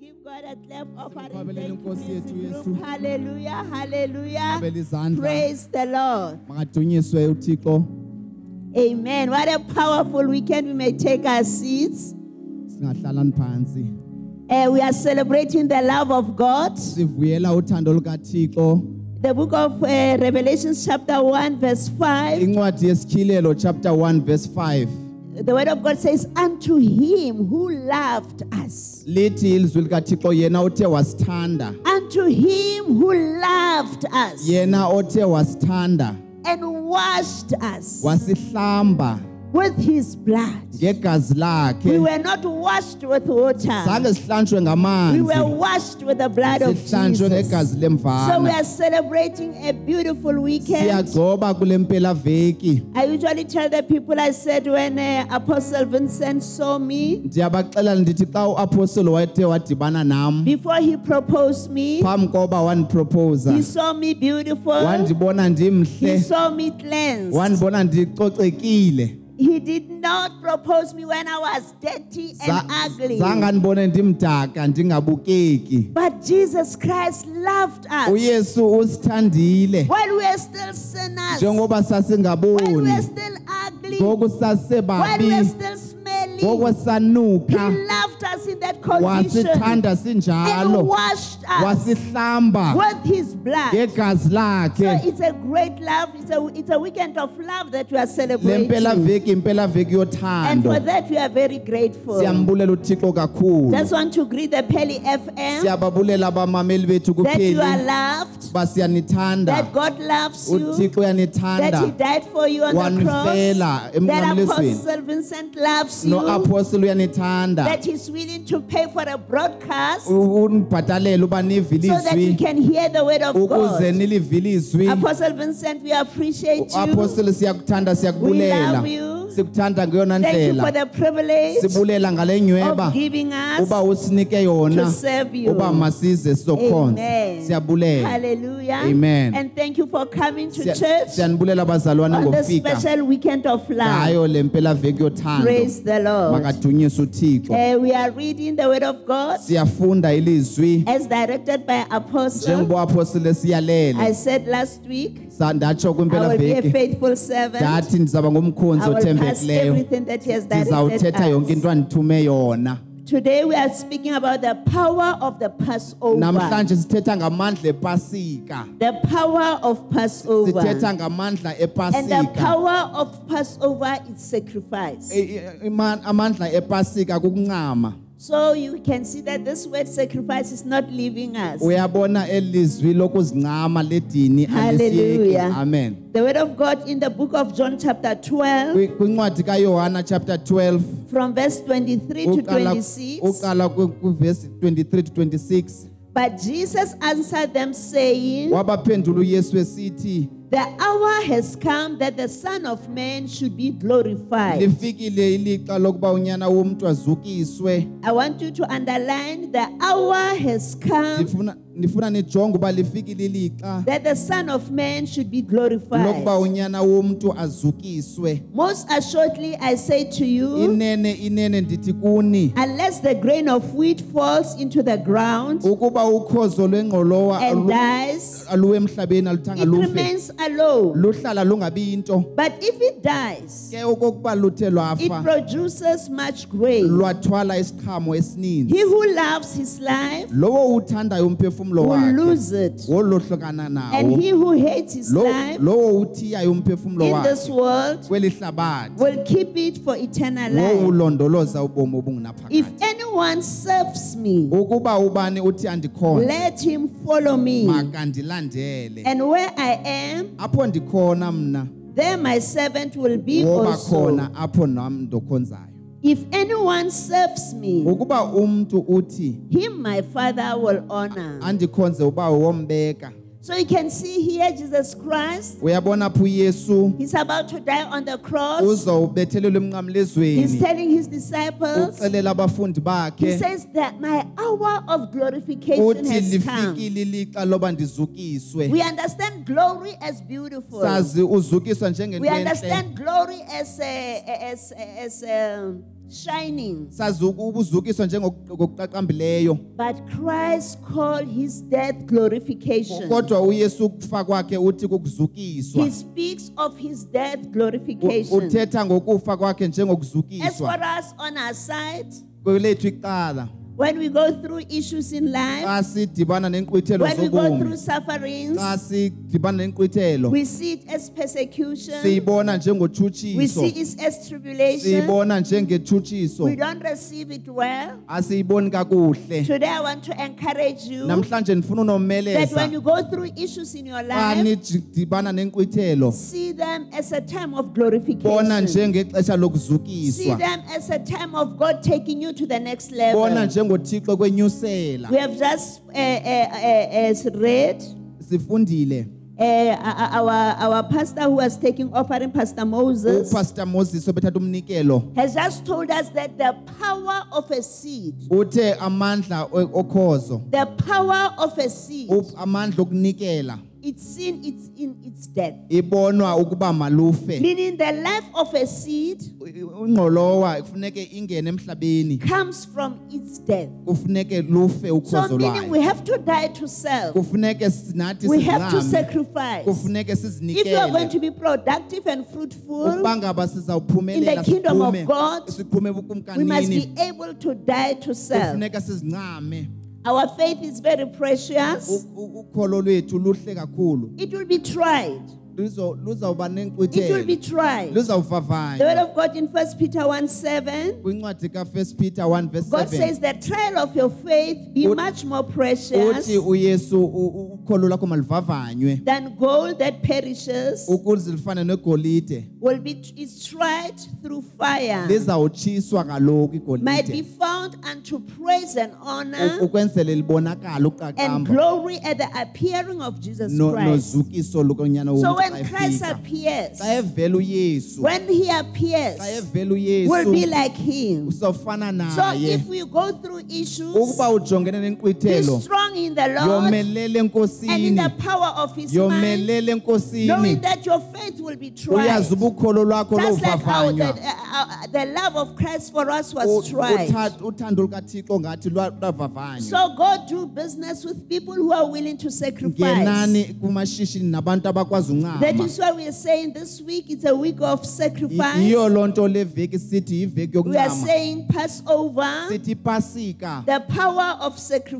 give God a clap of Simbabelele inkosi yethu Yesu. Hallelujah, hallelujah. abele izandla Praise the Lord. makadunyiswe uthixo Amen. What a powerful weekend. We may take our seats. singahlalani phansi Uh, we are celebrating the love of God. sivuyela uthando lukathixo The book of uh, Revelation, chapter 1, verse 5, incwadi yesityhilelo chapter 1 verse 5 the word of God says, Unto him who loved us. lithi ilizwi likathixo yena othe wasithanda Unto him who loved us yena othe wasithanda and washed us wasihlamba with his blood. ngegazi We lakhe were not washed with water. zange sihlanjwe We were ngamanzi washed with the blood of sihlanjwe Jesus. ngegazi So we lemvana are celebrating a beautiful weekend. siyagcoba kule mpelaveki I usually tell the people, I said, when uh, Apostle Vincent saw me, ndiyabaxelela ndithi xa uapostoli wathe wadibana nam before he proposed me, phambi koba wandiproposa he saw me beautiful. wandibona He ndimhle saw me cleansed. wandibona ndicocekile He did not propose me when I was dirty Za- and ugly. zange andibone ndimdaka ndingabukeki But Jesus Christ loved us uyesu usithandile while we are still sinners, while njengoba we are sasingaboni still ugly. While ngoku we are sasebabi still smelly, ngoku He sanuka loved us in that condition wasithanda and sinjalo washed us wasihlamba with His blood. ngegazi So lakhe it's a great love. It's a, it's a weekend of love that we are le celebrating. mpelaveki impelaveki And for yothando that, we are very grateful. siyambulela uthixo kakhulu Just want to greet the Peli FM siyababulela abamameli bethu that you kupheli are loved, uba siyanithanda that God loves you, uthixo that He uyanithanda died for you on the wanifela cross, that emnqamlezweni. Apostle Vincent loves you, noapostoli uyanithanda that He's willing to pay for a broadcast. U- unibhatalela uba nive so that you ilizwi can hear the word of ukuze God. nilive ilizwi Apostle Vincent, we appreciate Oh, you. apostoli siyakuthanda siyakubulela We love you. sikuthanda ngeyona Thank you for ndlela the privilege sibulela ngale nyweba of giving uba us to usinike yona serve you. uba masize sizokhonza Amen. siyabulela Hallelujah. Amen. And thank you for coming to Siya- church siyanibulela bazalwane on this ngokufika special weekend of love. ngayo le mpelaveki yothando Praise the Lord. makadunyise uthixo Eh, we are reading the word of God siyafunda ilizwi as directed by Apostle. njengoba apostoli I esiyalele said last week, sandatsho I will be a kwimpelaveki faithful servant. ndathi ndizawuba ngumkhonzi I will pass othembekileyo everything that he has directed ndizawuthetha yonke us. into andithume yona Today we are speaking about the power of the Passover. namhlanje sithetha ngamandla epasika The power of Passover. sithetha ngamandla And the epasika power of Passover is sacrifice. E- e- ima- amandla epasika kukuncama So you can see that this word sacrifice is not leaving us. uyabona elizwi lokuzincama ledini alisiyeki Hallelujah. amen The word of God in the book of John, chapter 12, Kwi- kwincwadi kayohana chapter 12 from verse 23 to uqala 26. uqala kwi- kuvesi 23 to 26 But Jesus answered them, saying, wabaphendula uyesu esithi The hour has come that the Son of Man should be glorified. lifikile ilixa lokuba unyana womntu azukiswe I want you to underline the hour has come ndifuna ndifuna nijonge uba lifikile ilixa that the Son of Man should be lokuba glorified. unyana womntu azukiswe Most assuredly, I say to you, inene inene ndithi kuni unless the grain of wheat falls into the ground ukuba ukhozo lwengqolowa and alu- dies, aluwe emhlabeni aluthanga it lufe remains alone. luhlala lungabi yinto But if it dies, ke okokuba luthe it lwafa produces much grain. lwathwala isiqhamo esininzi He who loves his life lowo uthandayo umphefumlo will wakhe lose it, wolohlokana nawo and he who hates his Lo- life lowo uthiyayo umphefumlo in this wakhe world kweli hlabathi will keep it for eternal life. wowulondoloza If ubomi obungunaphakade anyone serves me, ukuba ubani uthi andikhona let him follow me. makandilandele And where I am, apho ndikhona mna there my servant will be woba also. khona apho nam ndokhonzayo If anyone serves me, ukuba umntu uthi him my Father will honor. andikhonze uba wombeka So you can see here Jesus Christ, uyabona pho uyesu he's about to die on the cross. uzawubethelelwa He's emnqamlezweni telling his disciples, ucelela abafundi he bakhe says that my hour of glorification uthi has come. lifikile ilixa loba ndizukiswe We understand glory as beautiful. sazi uzukiswa njengento We entle eh, understand glory eh, as a, as as um, shining. sazuku ubuzukiswa njengokuqaqambileyo But Christ called his death glorification. kodwa uyesu ukufa kwakhe uthi He kukuzukiswa speaks of his death U- glorification. uthetha ngokufa kwakhe As for njengokuzukiswa us on our side, kwelethu icala when we go through issues in life, xa sidibana neenkqwithelo when we go through zobomi sufferings, xa sidibana neenkqwithelo we see it as persecution, siyibona we njengotshutshiso see it as tribulation, siyibona njengentshutshiso we don't receive it well. asiyiboni kakuhle Today, I want to encourage you namhlanje ndifuna that unomeleza when you go through issues in your xa life, nidibana neenkqwithelo see them as a time of bona glorification. njengexesha See lokuzukiswa them as a time of God taking you to the next bona level. njengothixo kwenyusela We have just uh, uh, uh, uh, read sifundile uh, our, our pastor who was taking offering, Pastor Moses, upastor moses obethatha umnikelo has just told us that the power of a seed, uthe amandla o- okhozo the power of a seed, u- amandla okunikela its sin, it's in its death. ibonwa ukuba malufe Meaning the life of a seed U- u- ungqolowa kufuneke ingene emhlabeni comes from its death. kufuneke lufe So ukhozo meaning we lwayo have to die to self. kufuneke s- nathi We have to sizame sacrifice. kufuneke If you are going to sizinikele be productive and fruitful, ukuba ngaba in sizawuphumelela the kingdom of siphume- God, we siphume must bukumkanini be able to die to self. kufuneka sizincame Our faith is very precious. U- u- ukholo lwethu luhle kakhulu It will be tried. Luzo- luzawuba It will be nenkqwithelo tried. The word luzawuvavanywa of God in 1 Peter 1 7, kwincwadi ka1 peter 1 verse God 7 says, The trial of your faith be Ut- much more precious uthi uyesu u- u- ukholo lwakho maluvavanywe than gold that perishes, ukuze lifane negolide will be is tried through fire, lizawutshiswa kaloku might be igolide found unto praise and u- honor ukwenzele libonakale and uqaqamba glory at the appearing of Jesus no- Christ. nozukiso lukonyana So womntu when xa Christ efika. appears, xa evela uyesu when he xa appears, evela we'll be uyesu like him. uzawufana So if naye we go through issues, Ah, ukuba ujongene be nenkqwithelo strong in the Lord and yomelele in enkosini the power of his mind, yomelele enkosini knowing that your faith will be tried. uyazi ubukholo lwakho Just like how the, lovavanywa uh, uh, the love of Christ for us was tried. Utha- uthando lukathixo ngathi lwa- lwavavanywa So go do business with people who are willing to sacrifice. ngenani kumashishini nabantu abakwazi That uncama is why we are saying this week it's a week of I- yiyo sacrifice. loo nto le veki sithi yiveki We are yokuncama saying Passover, sithi pasika the power of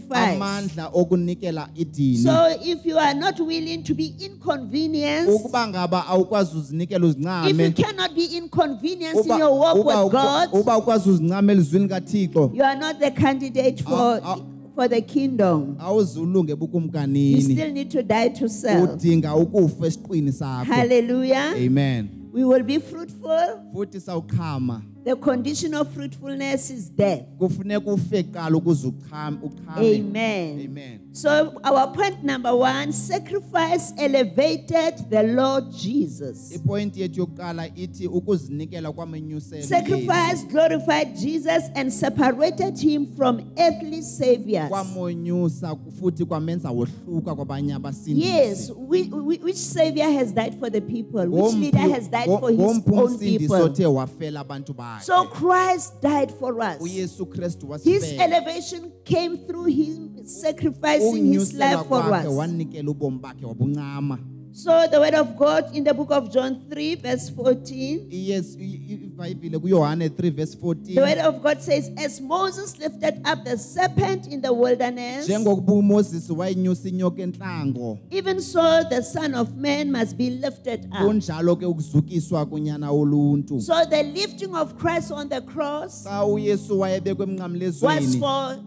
sacrifice. amandla okunikela idini So if you are not willing to be inconvenienced, ukuba ngaba awukwazi uzinikela If you uzincame cannot be inconvenienced in uba your walk uba with uka- God, uba ukwazi uzincama elizwini kathixo you are not the candidate Ah, for, Aw- aw- for the kingdom. awuzulunge You bukumkanini still need to die to self. udinga ukufa esiqwini sakho Hallelujah. amen We will be fruitful. futhi sawuqhama The condition of fruitfulness is death. kufuneka ufe kuqala ukuze uqham- uqhame Amen. amen So, our point number one sacrifice elevated the Lord Jesus. ipointi yethu yokuqala ithi ukuzinikela kwamenyuselo Sacrifice glorified Jesus and separated him from earthly saviors. kwamonyusa futhi kwamenza wohluka kwabanye Yes, abasindisi we, we, which savior has died for the people? Which Ngomphi- leader has died ngo- for his ngomphi own umsindisi people? othe wafela abantu So bakhe Christ died for us. uyesu kristu His wasifela elevation came through him sacrificing his ukunyuselwa life for kwakhe us. wanikela ubomi bakhe wabuncama So the word of God in the book of John 3, verse 14, yes ibhayibhile kuyohane 3 verse the 14 word of God says, As Moses lifted up the serpent in the wilderness, njengokuba umoses wayenyusa inyoka entlango even so the Son of Man must be lifted up. kunjalo ke ukuzukiswa kunyana woluntu Ah. So the lifting of Christ on the cross xa uyesu wayebekwe was emnqamlezweni for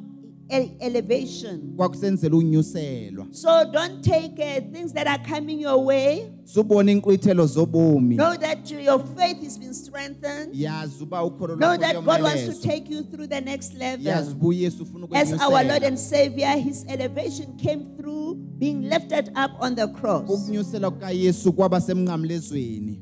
ele- elevation. kwakusenzela unyuselwa So don't take uh, things that are coming your way. subone iinkqwithelo zobomi Know that your faith has been strengthened. yazi uba ukholo Know lwakho that God wants to luyomelezwa. take you through the next yazi level. uba uyesu ufuna As our Lord ukunyusela and Savior, His elevation came through being lifted up on the cross. ukunyuselwa kukayesu kwaba semnqamlezweni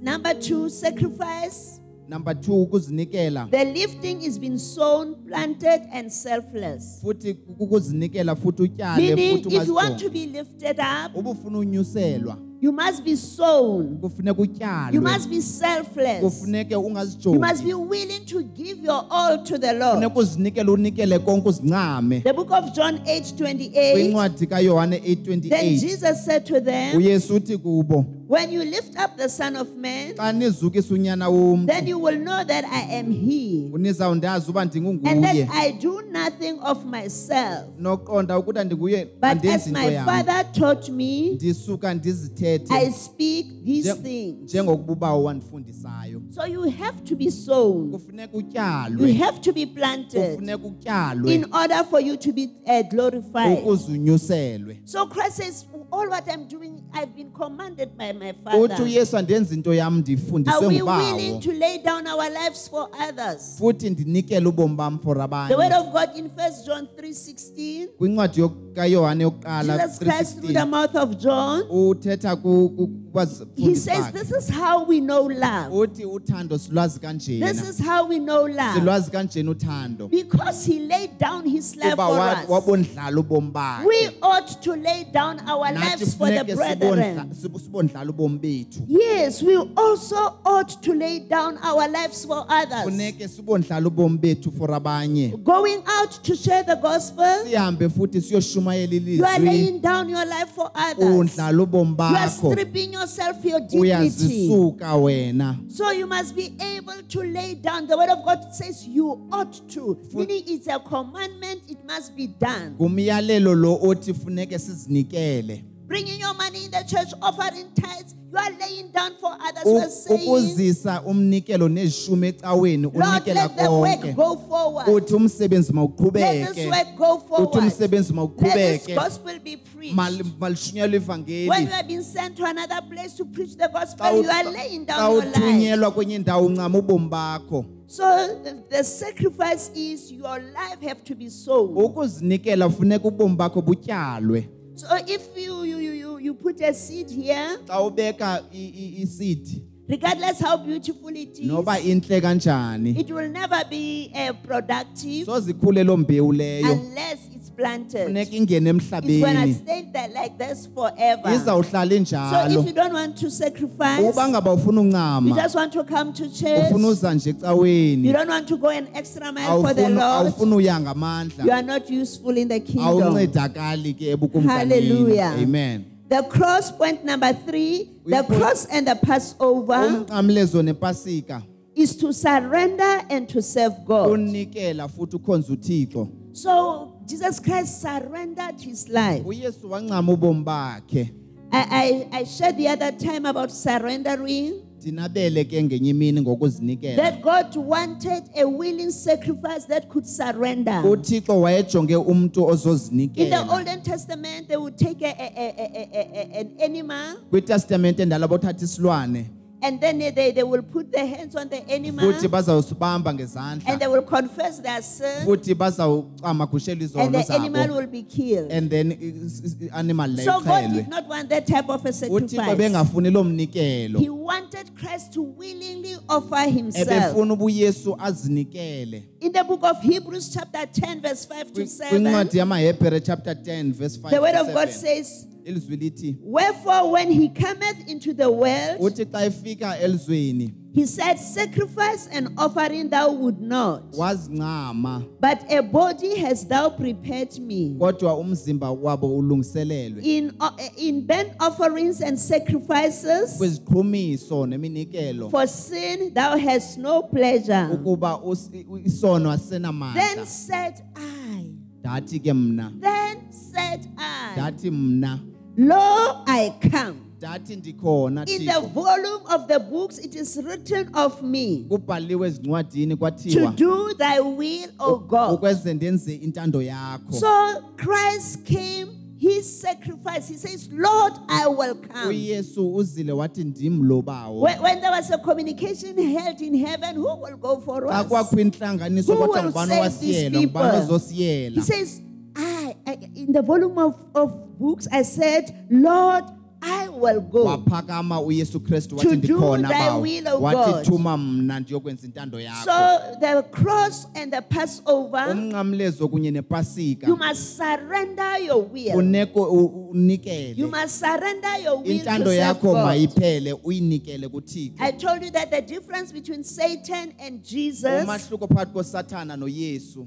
Number two, sacrifice. number two ukuzinikela The lifting is being sown, planted, and selfless. futhi ukuzinikela futhi utyale Meaning, futhi if you want to ungazijongi be lifted up, ubufuna unyuselwa You must be sown. kufuneka You utyalwe must be selfless. kufuneke You ungazijongi must be willing to give your all to the Lord. kufuneka uzinikele unikele konke uzincame The book of John 8 28. kwincwadi kayohane Then 8:28 Jesus said to them, uyesu uthi kubo When you lift up the Son of Man, xa nizukisa unyana womntu then you will know that I am He, nizawundazi uba and ndingunguye that I do nothing of myself. noqonda ukuba ndinguye But as andenzi my nto yam Father taught me, ndisuka I ndizithethe speak these nje- things. njengokuba uba wandifundisayo So you have to be sown, kufuneka you utyalwe have to be planted kufuneka utyalwe in order for you to be uh, glorified. ukuze unyuselwe So Christ says, All what I'm doing, I've been commanded by my uthi Father. uyesu andenzi into yam Are ndiyifundiswe we willing ngubawo to lay down our lives oh. for others? futhi ndinikele ubomi bam for The word abanye of God in 1 John 3:16, kwincwadi yo- kayohane yokuqala Jesus Christ through the 3:16, mouth of John, uthetha ku- ku- he kubazifundisi says, bakhe. This is how we know love. uthi uthando silwazi This kanjena is how we know love. silwazi kanjena uthando Because he laid down his life kuba for wa- us. wabondlala ubomi bakhe We ought to lay down our nathi lives for the funeke brethren. sibondla- sibu- sibondlala ubomi bethu Yes, we also ought to lay down our lives for others. funeke sibondlala ubomi bethu for abanye Going out to share the gospel, sihambe futhi siyoshumayela you are ilizwi laying down your life for others. undlala ubomi You are bakho stripping yourself your dignity. uyazisuka wena So you must be able to lay down. The word of God says you ought to. Meaning it's a commandment, it must be done. ngumyalelo lo othi funeke sizinikele Bringing your money in the church, offering tithes, you are laying down for others. U- You are saying, ukuzisa umnikelo nezishumi ecaweni Lord, unikela let the work konke go forward. uthi umsebenzi Let this mawuqhubeke work go uthi forward. umsebenzi Let this mawuqhubeke gospel be preached. Mal- malishunyelwe When you ivangeli have been sent to another place to preach the Xa gospel, ut- you are laying xa down your life. uthunyelwa kwenye indawo uncama ubomi bakho So the- the sacrifice is your life have to be sown. Oh. ukuzinikela funeka ubomi bakho butyalwe So if you you you you, you put a seed here, xa ubeka i- i- isidi regardless how beautiful it is, noba intle kanjani it will never be uh, productive sozikhule loo mbewu leyo unless it's planted. funeka ingene It's gonna emhlabeni stay there like this forever. izawuhlala So if injalo you don't want to sacrifice, uba ngaba ufuna you uncama just want to come to church, ufuna uza nje you ecaweni don't want to go an extra mile for the awufuni- Lord, awufuna uya you ngamandla are not useful in the kingdom. awuncedakali ke ebukumkanini Hallelujah. amen The cross, point number three, the Uyipo- cross and the Passover umqamlezo nepasika is to surrender and to serve God. unikela futhi ukhonza uthixo So Jesus Christ surrendered his life. uyesu wancama ubomi bakhe I, I, I shared the other time about surrendering ndinabele ke ngenye imini ngokuzinikela that God wanted a willing sacrifice that could surrender. uthixo wayejonge umntu In the ozozinikela Old Testament, they would take a, a, a, a, a, a, an animal kwitestamente endala bothatha isilwane and then they, they will put their hands on the animal futhi bazawusibamba and they ngezandla will confess their sin futhi bazawucama kushela and izono the animal zabo will be killed. and then is- is- animal So God lexhelwe did not want that type of a uthixo sacrifice. bengafuni loo mnikelo He wanted Christ to willingly offer himself. ebefuna ubuyesu azinikele In the book of Hebrews, chapter 10, verse 5 to 7, kwincwadi yamahebhere chapter 10 verse 5 the word to of God 7. says, ilizwi lithi Wherefore, when he cometh into the world, uthi xa efika elizweni he said, Sacrifice and offering thou would not, wazincama but a body hast thou prepared me. kodwa umzimba wabo ulungiselelwe In, uh, in burnt offerings and sacrifices, kwiziqhumiso neminikelo for sin thou hast no pleasure. ukuba us- isono Then asenamandla said I, ndathi ke mna then said I, ndathi mna Lo, I come. ndathi ndikhona In the Thixo volume of the books, it is written of me kubhaliwe ezincwadini to kwathiwa do thy will, O God. ukweze ndenze intando yakho So Christ came, his sacrifice. He says, Lord, I will come. uyesu uzile wathi ndimlo bawo When, when there was a communication held in heaven, who will go for xa us? kwakho intlanganiso Who kwathiwa will ngubani save wasiyela these ngubani people? ozosiyela He says, I, I- in the volume of, of books, I said, Lord, I will go. waphakama uyesu To kristu do wathi ndikhona thy bawo will, O God. wathi thuma mna ndiyokwenza intando yakho So the cross and the Passover, umnqamlezo kunye you nepasika must surrender your will. funeko u- You unikele must surrender your will intando to serve yakho God. mayiphele uyinikele kuthixo I told you that the difference between Satan and Jesus, umahluko phakathi kosathana noyesu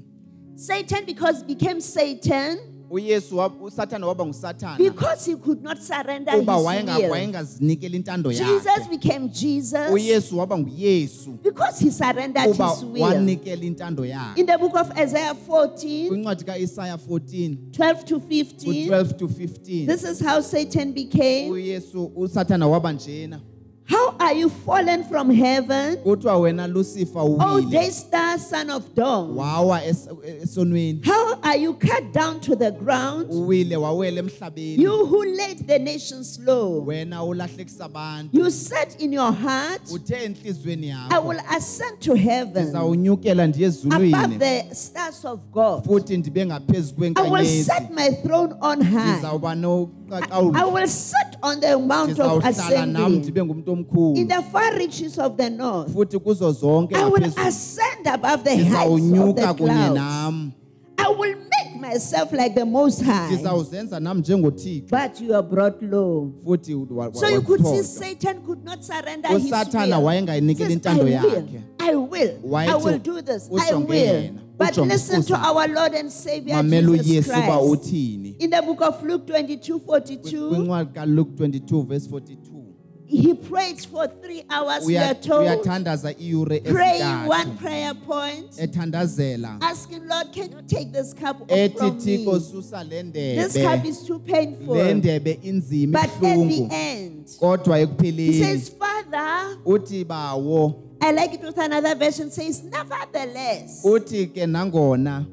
Satan because became Satan uyesu wa- usathana waba ngusathana because he could not surrender his kuba wayenga- will. wayengazinikeli intando Jesus yakhe became Jesus uyesu waba nguyesu because he surrendered kuba his will. wanikela intando yakhe In the book of Isaiah 14, kwincwadi kaisaya 14 12 to 15, ku-12 to 15 this is how Satan became. uyesu usathana waba njena How are you fallen from heaven, kuthiwa wena lusifa O uwile day star, son of dawn? wawa es- esonweni How are you cut down to the ground, uwile wawela emhlabeni you who laid the nations low? wena ulahlekisa abantu You said in your heart, uthe entliziyweni I yakho will ascend to heaven ndizawunyukela ndiye above ezulwini the stars of God. futhi ndibe ngaphezu I will kwenkanyezi set my throne on high. ndizawuba I noqaqawulo will sit on the mount of ndizawuhlala nam assembly ndibe ngumntu in omkhulu the far reaches of the north. futhi kuzo zonke I will ngaphezulu ascend above the heights of ndizawunyuka the kunye clouds. nam I will make myself like the Most High. ndizawuzenza nam njengothixo But you are brought low. futhi wa- wa- So you could see wathothwa. Satan could not surrender his usathana will. He wayengayinikeli says, I intando will. yakhe I will. I Wayethi will do this. I ujonge will. yena, But ujonge listen to uSathane. our Lord and Savior mamela Jesus uyesu uba Christ. uthini In the book of Luke 22 42, kwincwadi kaluke 22 verse 42 he prays for three hours, we are Uya- told. uyathandaza iiyure Praying one ezintathu prayer point, ethandazela asking, Lord, can you take this cup off ethi from thixo me? susa le This cup ndebe is too le painful. ndebe inzima But at the ibuhlungu end, kodwa he ekupheleni says, Father, uthi bawo I like it with another version, says, Nevertheless, uthi ke nangona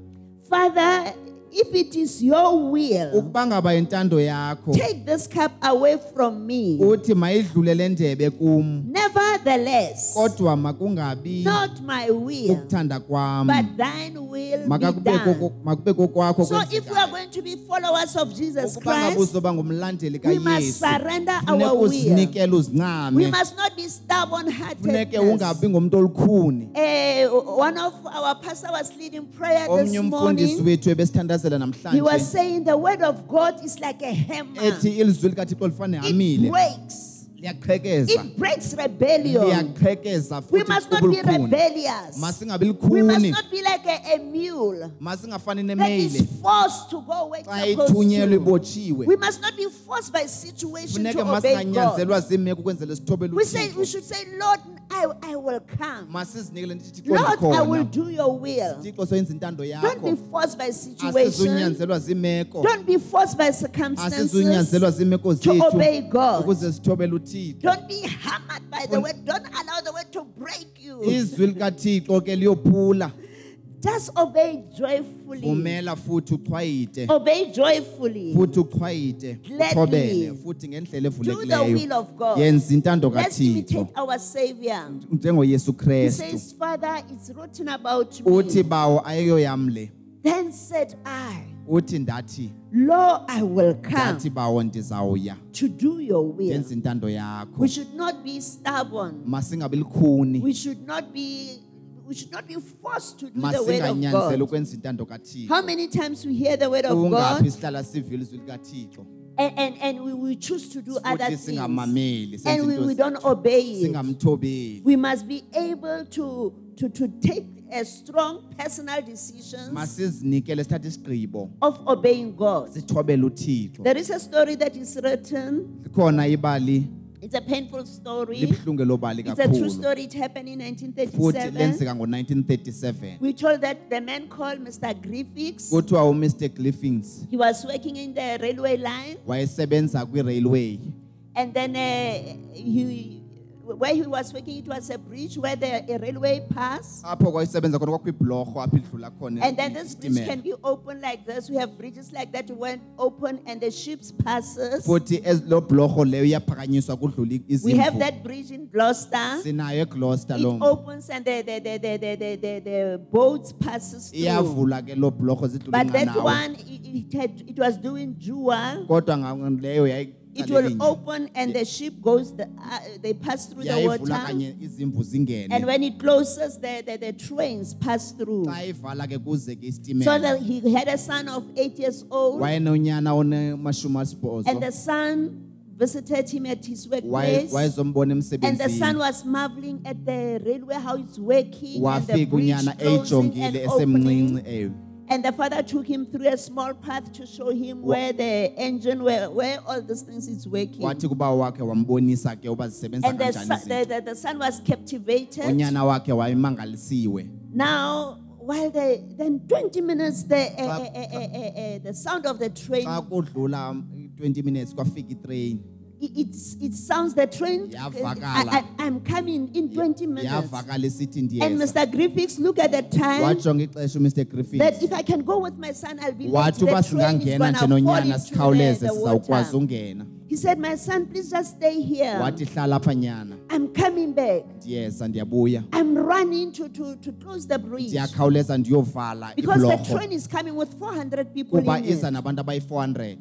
Father, if it is your will, ukuba ngaba yintando yakho take this cup away from me. uthi mayidlule le ndebe kum Nevertheless, kodwa makungabi not my will, ukuthanda kwam but thine will be Makakube koko- done. makube kokwakho So if we are kwenzekayo. going to be followers of Jesus ukuba ngaba Christ, uzoba ngumlandeli we must kayesu surrender funeka our will. uzinikele We uzincame must not be stubborn funeke hearted. ungabi ngumntu olukhuni Eh, one of our pastor was leading prayer this omnye umfundisi morning. wethu ebesithandazela He was namhlanje saying the word of God is like a hammer. ethi ilizwi likathixo lifane It hamile breaks. liyaqhekeza It breaks rebellion. liyaqhekeza We futhi must not liqhuba be ulukhuni. rebellious. masingabi We must lukhuni not be like a, a mule masingafani that nemeyile is forced to go where xa it's ithunyelwe supposed to. ibotshiwe We must not be forced by situation funeke to obey God. masinganyanzelwa ziimeko ukwenzela sithobele We say we uthixo should say, Lord, I, I will come. masizinikele ndithi thixo Lord, I will ndikhona do your will. thixo soyenza intando Don't yakho be forced by situation. asizunyanzelwa ziimeko Don't be forced by circumstances. asizunyanzelwa ziimeko to obey zethu God. ukuze sithobele uthixo Don't be hammered by the word. Don't allow the word to break you. izwi likathixo ke liyophula Just obey joyfully. vumela futhi uchwayite Obey joyfully. futhi uchwayite Gladly. uthobele futhi ngendlela Do the will evulekileyo of God. yenza intando Let's kathixo imitate our Savior. njengoyesu He krestu says, Father, it's written about uthi me. bawo ayeyo yam le Then said I, uthi ndathi Lo, I will come ndathi bawo ndizawuya to do your will. yenza intando We yakho should not be stubborn. masingabi likhuni We should not be we should not be forced to do the word of masinganyanzela God. ukwenza intando kathixo How many times we hear the word of God ungaphi sihlala sivile izwi likathixo and, and, and we will choose to do other futhi things singamameli senze and we, into we zethu, don't obey it. singamthobeli We must be able to, to, to take a strong personal decisions masizinikele sithathe isigqibo of obeying God. sithobele uthixo There is a story that is written. likhona ibali It's a painful story. libuhlungu elo bali It's a true kakhulu story. It happened in futhi 1937. lenzeka ngo-1937 We told that the man called Mr. Griffiths. kuthiwa umr gliffings He was working in the railway line, wayesebenza kwirailway and then uh, he, where he was working, it was a bridge where the a railway passed. apho kwayisebenza khona kwakho ibhlorho apho idlula khona And then this bridge isitimela. can be open like this. We have bridges like that went open and the ships passes. futhi ez- loo bhlorho leyo iyaphakanyiswa kudlula We have izimvu that bridge in Gloucester. sinayo e egloster It loo opens and the the, the, the, the, the, the, the boats passes through. iyavula ke loo bhlorho zidlula But that inqanawa one, it, it, had, it was doing Jua. kodwa nga- leyo yayi- It leli will nyewa. open and the sheep goes, the, uh, they pass through the Iyayivula water. kanye izimvu And zingene when it closes, the, the, the trains pass through. xa ivala ke kuze ke So isitimela that he had a son of eight years old, wayenonyana onemashumi and the asibhozo son visited him at his Waye- workplace. wayezombona And the son emsebenzini was marveling at the railway, how it's working, and the wafika bridge unyana closing and eyijongile opening. esemncinci ewe And the father took him through a small path to show him where the engine, where, where all these things is working. wathi kuba wakhe wambonisa ke uba zisebenza And the, kanjani son- the, izinto the, the son was captivated. unyana wakhe wayemangalisiwe Now, while the then 20 minutes, the, eh, Xa- eh, eh, eh, eh, eh, the sound of the xa train, kudlula um, 20 minutes kwafika itrain it, it's, it sounds the train. eh, I, Yavakala. I, I'm coming in 20 minutes. yavakala isithi And ndiyeza Mr. Griffiths, look at the time. wajonga ixesha umr that griffith if I can go with my son, I'll be late. wathi uba The train is singangena gonna nje fall into nonyana the, sikhawuleze the sizawukwazi water. ungena He said, my son, please just stay here. wathi hlala apha nyana I'm coming back. ndiyeza ndiyabuya I'm running to, to, to close the bridge. ndiyakhawuleza ndiyovala Because the ibhlorho train is coming with 400 people kuba in iza it. nabantu abayi-400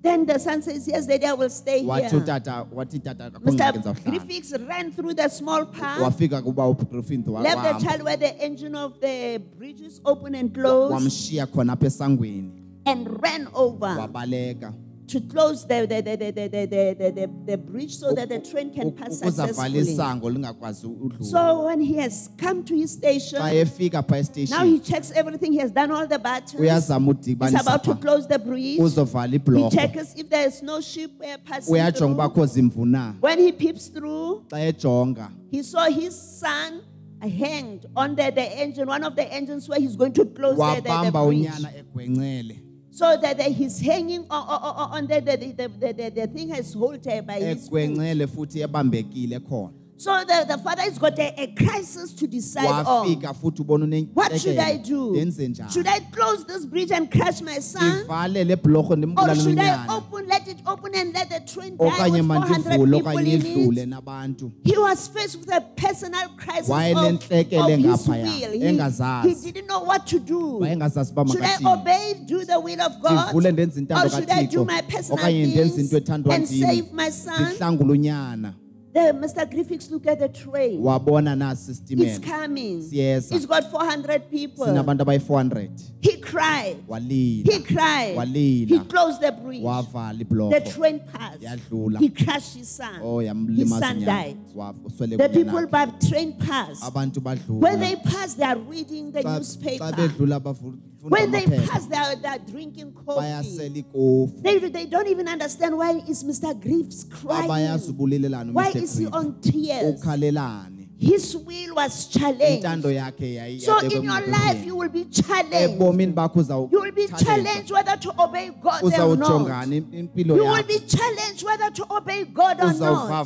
Then the son says, yes, daddy, I will stay wathi here. utata wathi tata akho ngxaki Mr. ndizawuhlala Griffiths ran through the small path, wafika kuba ugriffith left the child where the engine of the bridge is open and closed, wamshiya khona apha esangweni and ran over wabaleka to close the, the, the, the, the, the, the, the, the, the bridge so that the train can pass ukuzavala successfully. isango lingakwazi udlula So when he has come to his station, xa efika phaa now he estation checks everything. He has done all the buttons. uyazama He's udibanisa about to phaa. close the bridge. uzovala He ibhlorho checks if there is no ship uh, passing uyajonga uba through. kho zimvu na When he peeps through, xa ejonga he saw his son hanged on the, the engine, one of the engines where he's going to close the, the, the wabamba bridge. unyana egwencele So that that he's hanging on, on, on on the, the, the, the, the, the thing has hold her by his foot. egwencele futhi ebambekile khona So the, the father has got a, a crisis to decide on. wafika futhi ubona "Oh, What should I do? unentekelo ndenze Should njani I close this bridge and crash my son? ndivale le bhlorho Or ndimbulale should I unyana open, let it open and let the train die okanye with 400 mandivule people okanye in idlule it? nabantu He was faced with a personal crisis of, of his Wayenentlekele will. ngaphaya, He, engazazi. he didn't know what to do. wayengazazi uba Should makathini I obey, do the will of God? ndivule ndenze Or intando should I do kathixo my personal okanye ndenze things into ethandwa and save ndim my son? ndihlangula unyana The, Mr. Griffiths, look at the train. wabona nasi It's isitimela coming. Siyeza. It's got 400 people. sinabantu abayi-400 He cried. walila He cried. Walila. He closed the bridge. wavala The ibhlorho train passed. Yadlula. He crashed his son. oh his yamlimaza son unyana died. Wa- usweleka The people unyanakhe. by train passed. abantu badlula When they pass, they are reading the Xa- xa newspaper. bedlula bafunda When they amaphepha pass, they are, they are drinking coffee. bayasela ikofu They, they don't even understand why is Mr. Griffiths abayazi crying. ubulelelana Why is he on tears? ukhalelane His will was challenged. intando yakhe yayi- So yabekwe in your life, emngciphekweni. you will be challenged. ebomini bakho You will be challenged whether to obey God or not. uzawujongana im- impilo You will yakho be challenged whether to obey God or not.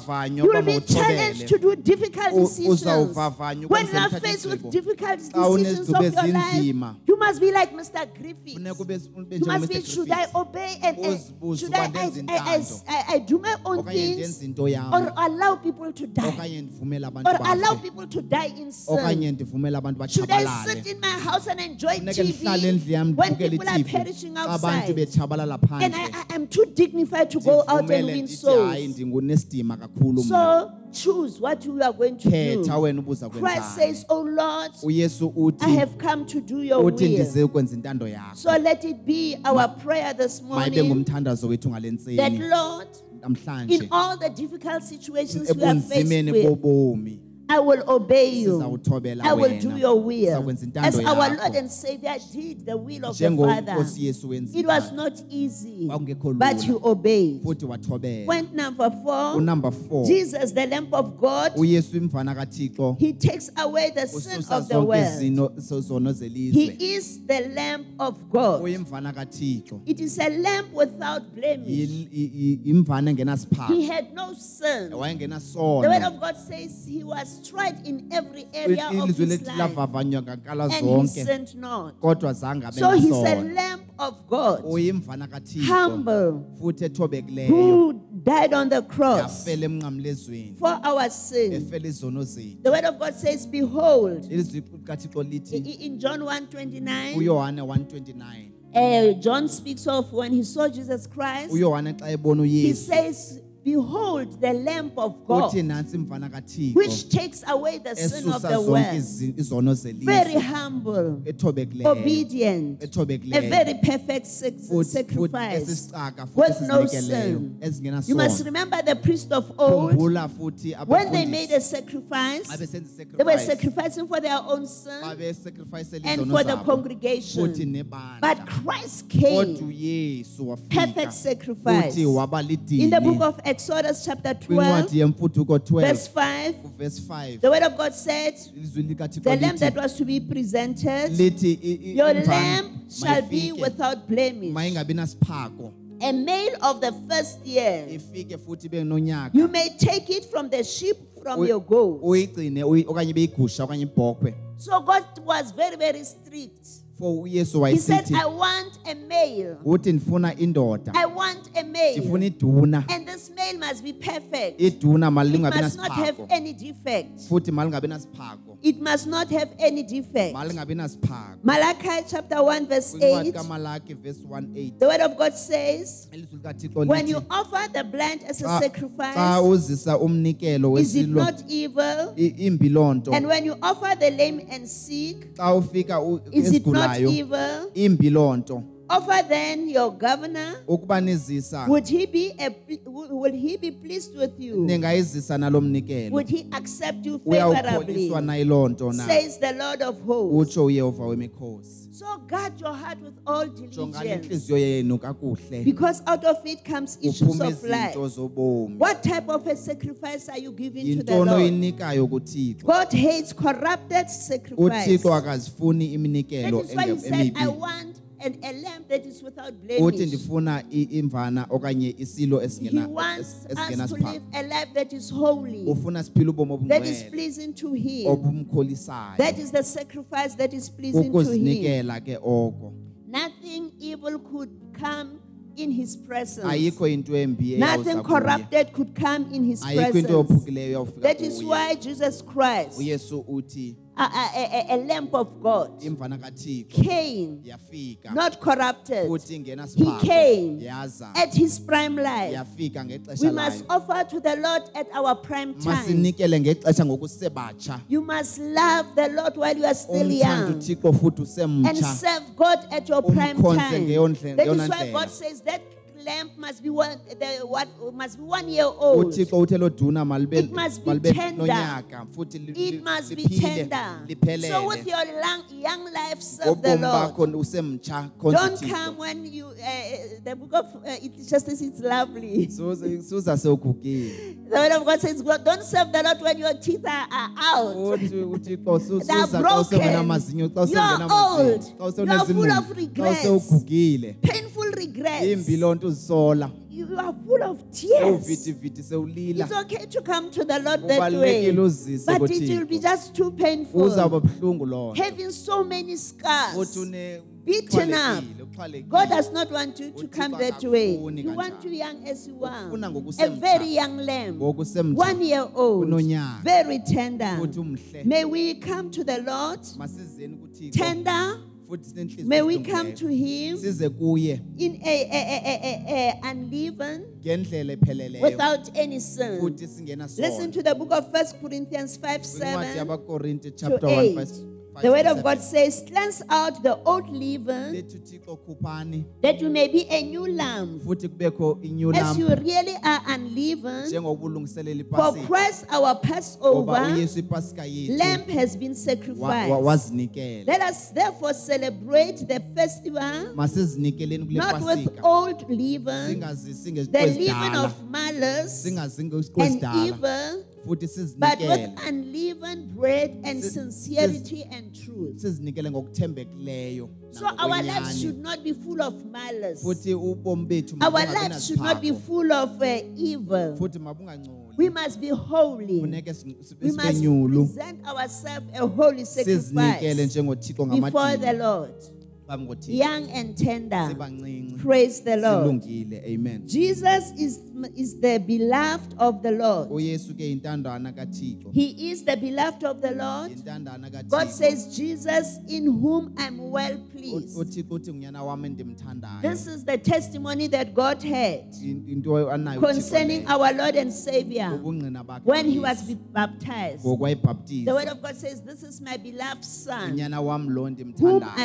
Uzawuvavanywa You will be ukuba mawuthobele. challenged to do difficult U- decisions. uzawuvavanywa When ukwenzela you are uthathe faced with isigqibo. difficult Xa decisions unezigqibo of your ezinzima. life, you must be like Mr. Griffith. Funeka ube- ube You must njengo be, Mr. should I Griffiths. obey and, and Uzibuze should uba I, I, ndenze I, intando. I, I eh, do my own okanye ndenze things into yam or allow people to die okanye ndivumele abantu or allow bafe people to die in sin? okanye ndivumele abantu Should I sit batshabalale in my house and enjoy funeke ndihlale endlini yam TV when ndibukele people are itv perishing xa abantu outside? betshabalala And phandle I, I am too dignified to go out and ndivumele win ndithi hayi souls. ndingunestima kakhulu mna So choose what you are going to khetha do. wena ubuza Christ kwenzani says, Oh Lord, uyesu I uthi have come to do your uthi will. ndize ukwenza intando yakho So let it be our prayer this mayibe morning ngumthandazo wethu ngale that, ntseni Lord, in namhlanje all the difficult situations we are faced ebunzimeni with, bobomi I will obey you. sizawuthobela I will wena. do your will. Sizakwenza intando As our yakho. Lord and Savior did the will of the Father, njengonkosi yesu wenza it was intando. not easy, Kwakungekho but lula. you obeyed. futhi wathobela Point number four. unumber four Jesus, the Lamb of God, uyesu imvana kathixo He takes away the sin ususa of the zonke world. izino- so- zono zelizwe He is the Lamb of God. uyimvana kathixo It is a lamb without blemish. Yil- i- i- imvana He engenasiphanga had no sin. The Word wayengenasona of God says He was tried in every area of ilizwi His lethi life lavavanywa ngankala and He zonke sinned not. kodwa zange So He's a abenasono Lamb of Oh, God, uyimvana kathixo humble, futhi ethobekileyo who died on the cross yafela emnqamlezweni for our sins. efela izono zethu The Word of God says, Behold, ilizwi kathixo i- i- lithi in John 1 29, uyohane 129 uh, John speaks of when he saw Jesus Christ, uyohane xa ebona he uyesu says, Behold the Lamb of God, uthi nantsi mfana kathixo which takes away the sin of esusa the zonke world. izi- izono Very zelizwe humble, ethobekileyo obedient, a ethobekileyo very perfect sac- futhi futhi sacrifice. esisicaka futhi with no esizinikeleyo sin. You must ezingenasono remember the priest of old, khumbula futhi when they made abafundisi a sacrifice, xa besenza they were isacrifice sacrificing for their own xa sin besacrificele and izono for the zabo futhi congregation. But nebandla Christ kodwa came uyesu wafika perfect sacrifice. futhi In waba the book lidini of Exodus, chapter 12, kwincwadi yemfuthuko verse 12 5, verse 5 the word of God said, ilizwi likathixo The lamb that lithi- was to be presented, lithi i- i- your imvana lamb shall be mayifike, without blemish, mayingabi nasiphako a male of the first year. ifike futhi ibe nonyaka You may take it from the sheep, from Uy- your goats. uyigcine uyi- okanye beyigusha okanye ibhokhwe So God was very, very strict. for uyesu He said, wayesithi I want a male. uthi ndifuna indoda I want a male. ndifuna iduna And this male must be perfect. It iduna malingabi must not have nasiphako any defect. futhi malingabi nasiphako It must not have any defect. malingabi nasiphako Malachi chapter 1, verse 8, kwincwadi kamalaki verse 1 the word of God says, 8 ilizwi likathixo When lithi you offer the blind as a xa- xa sacrifice, uzisa umnikelo is it wesilo not evil? i- imbi loo nto And when you offer the lame and sick, xa ufika u- is it not esigulayo evil? imbi loo nto Offer then your governor. ukuba nizisa Would he be a, would he be pleased with you? ningayizisa nalo mnikelo Would he accept you favorably? uyawukholiswa nayi loo nto na Says the Lord of hosts. utsho uyehova wemikhosi So guard your heart with all jongani diligence, intliziyo yenu kakuhle because out of it comes issues uphume of life. izinto zobomi What type of a sacrifice are you giving to the yintoni Lord? oyinikayo kuthixo God hates corrupted sacrifice. uthixo akazifuni That iminikelo is why he enge- said, I emibi want an, a lamb that is without uthi blemish. ndifuna i- imvana okanye isilo He esingena- wants es- us to esingenasiphako live a life that is holy, ufuna siphile ubomi that is obungcwele pleasing to him. That obumkholisayo is the sacrifice that is pleasing to him. ukuzinikela ke oko Nothing evil could come in his presence. ayikho into embi eyawuza Nothing kuye. corrupted could come in his ayikho into presence. yophukileyo eyawufika That is kuye. why Jesus Christ, a, uyesu uthi a, a, a lamb of God, imvana kathixo came yafika not corrupted futhi ingena He came yaza at his prime life. yafika We ngexesha must layo offer to the Lord at our prime time. masinikele ngexesha ngokusebatsha You must love the Lord while you are still umthanda young. uthixo futhi and usemtsha serve God at your prime Umkhonze time. ngeyo ndle- That ngeyona is why ndlela. God says that lamp must be one, the, what, must be one year old. uthixo uthe lo duna malube It must be malube tender. nonyaka futhi li- li- It must be liphile, tender. So with liphelele your long, young life, serve the ngobomi Lord. bakho usemtsha Don't khonza come when you. Uh, uh, the book of uh, Ecclesiastes is lovely. uthixo suza sewugugile The word of God says, "Well, "Don't serve the Lord when your teeth are, are out." uthi uthixo su- They are suza xa usengenamazinyo xa broken. You are usengenamazinyo old. xa You are full of usenezingqini xa regrets. usewugugile Painful regrets. imbi loo nto uzisola You are full of tears. sewuvitiviti sewulila It's okay to come to the Lord that way. ubalulekile uzise But it will be kuthixo just too painful. uzawuba buhlungu loo nto Having so many uthi scars. une- Beaten up. uxhalekile, uxhalekile. God does not want you to Uthixo come that akakufuni way. You kanjalo. want you young as you are. Ukufuna A ngokusemtsha. very young lamb. ngoku semtsha One year old. Unonyaka. Very tender. futhi umhle May we come to the Lord masizeni kuthixo tender. futhi sinentliziyo May we come elungileyo. to Him size kuye in a, a, a, a, a, a unleavened, ngendlela epheleleyo without any sin. futhi singenasono Listen to the book of First Corinthians 5 kwincwadi 7. yabakorinti chapter to 1 eight. verse The word of 5. God says, Cleanse out the old leaven, lithi uthixo khuphani that you may be a new lamb. futhi kubekho As you inyulam really are unleavened, njengoba ulungiselela for ipasika Christ our ngoba Passover uyesu ipasika yethu lamb has been wa- wa- sacrificed. wazinikela Let us therefore celebrate the festival masizinikeleni kule not with pasika old leaven, singazisi the leaven ngekwezidala of malice singazi and ngekwezidala evil, futhi but with sizinikele unleavened bread and Sis- sincerity and truth. sizinikele ngokuthembekileyo So our lives nangokwenyani. should not be full of malice. futhi ubomi bethu Our mabungabi lives should not be naziphako. full of uh, evil. futhi mabungancoli We must be holy. funeke si- si- We sibe must nyulu present ourselves a holy sizinikele sacrifice njengothixo before the ngamadini Lord, phambi kothixo young and tender. sibancinci Praise the Lord. silungile amen Jesus is is the beloved of the Lord. uyesu ke yintandawana kathixo He is the beloved of the Lord. yintandawana God kathixo says, Jesus, in whom I'm well pleased. U- uthixo uthi ngunyana wam endimthandayo This is the testimony that God had In- into anayo uThixo concerning leyo. our Lord and Savior ubungqina bakhe when he uYesu. was be- baptized. The Oh, ngokwayibhaptiza word of God says, This is my beloved Son, unyana wam loo whom I'm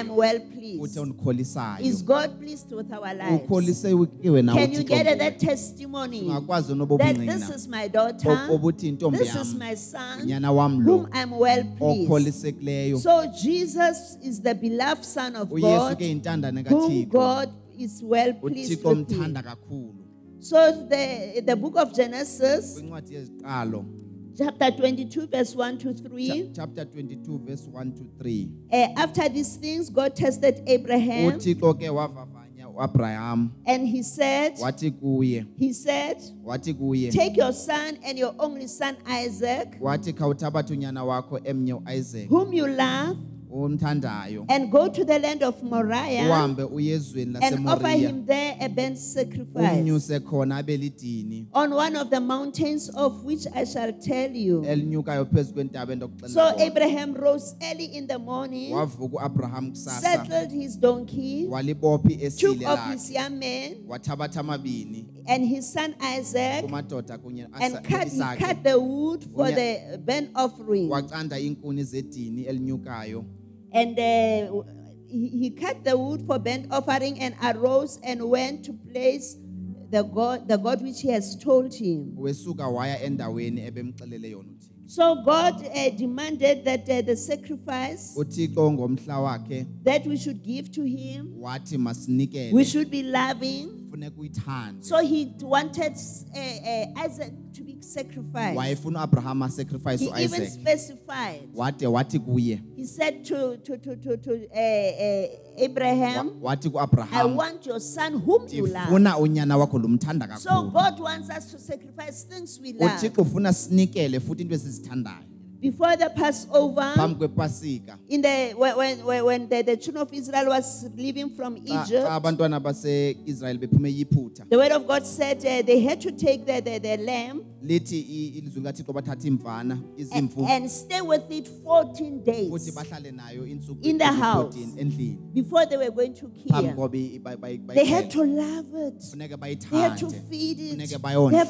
ndimthandayo well uthi pleased. Is ondikholisayo God pleased with our lives? ukholise wena Can you uThixo get at ngoku. that testimony ungakwazi that onobobungqina this is my ob- daughter, obuthi intombi this is yam my son, unyana wam lo whom I'm well pleased? okholisekileyo So Jesus is the beloved Son of uyesu ke God, yintandane whom kathixo God is well pleased uthixo with. him. mthanda kakhulu So the, the book of Genesis, kwincwadi yeziqalo chapter 22, verse 1 to 3. cha- chapter 22 verse 1 to 3 eh, after these things, God tested Abraham uthixo ke wavavanya uabraham and he said, wathi kuye He said, wathi kuye Take your son and your only son Isaac, wathi khawuthabathe unyana wakho emnye uisaac whom you love, omthandayo and go to the land of Moriah uhambe uye ezweni and offer lasemoria him there a burnt sacrifice umnyuse khona abe lidini on one of the mountains of which I shall tell you. elinyukayo phezu kwentaba So endokuxelela Abraham rose early in the morning, wavuka uabraham kusasa settled his donkey, walibopha took esile off his lakhe young men wathabatha amabini and his son Isaac kumadoda kunye no-Asa- and cut, he no-Isaka. cut the wood for Unya- the burnt offering. wacanda iinkuni zedini elinyukayo And uh, he, he cut the wood for burnt offering and arose and went to place the God, the God which he has told him. wesuka waya endaweni ebemxelele yona uthixo So God uh, demanded that uh, the sacrifice uthixo ngomhla wakhe that we should give to him, wathi we masinikele should be loving. funeka uyithande So he wanted uh, uh, Isaac to be sacrificed. wayefuna uabraham He asacrifice even uisaac specified. wade wathi kuye He said to, to, to, to, to uh, uh, Abraham, wa- wathi I kuabraham want your son whom you love. ndifuna unyana wakho lo mthanda So kakhulu God wants us to sacrifice things we love. uthixo ufuna sinikele futhi into esizithandayo Before the Passover, phambi kwepasika in the when when, when the, the children of Israel was leaving from xa xa Egypt, abantwana baseisrayeli bephume yiphutha the word of God said uh, they had to take the, the, the lamb lithi i- ilizwi likathixo bathatha imvana and, izimvu and stay with it 14 futhi days bahlale nayo iintsuku In the house. eziyi-14 endlini before they were going to phambi kill. koba i- ba- ba- They had bayixhele. to love it. funeka They had to bayithande feed it. Funeke They have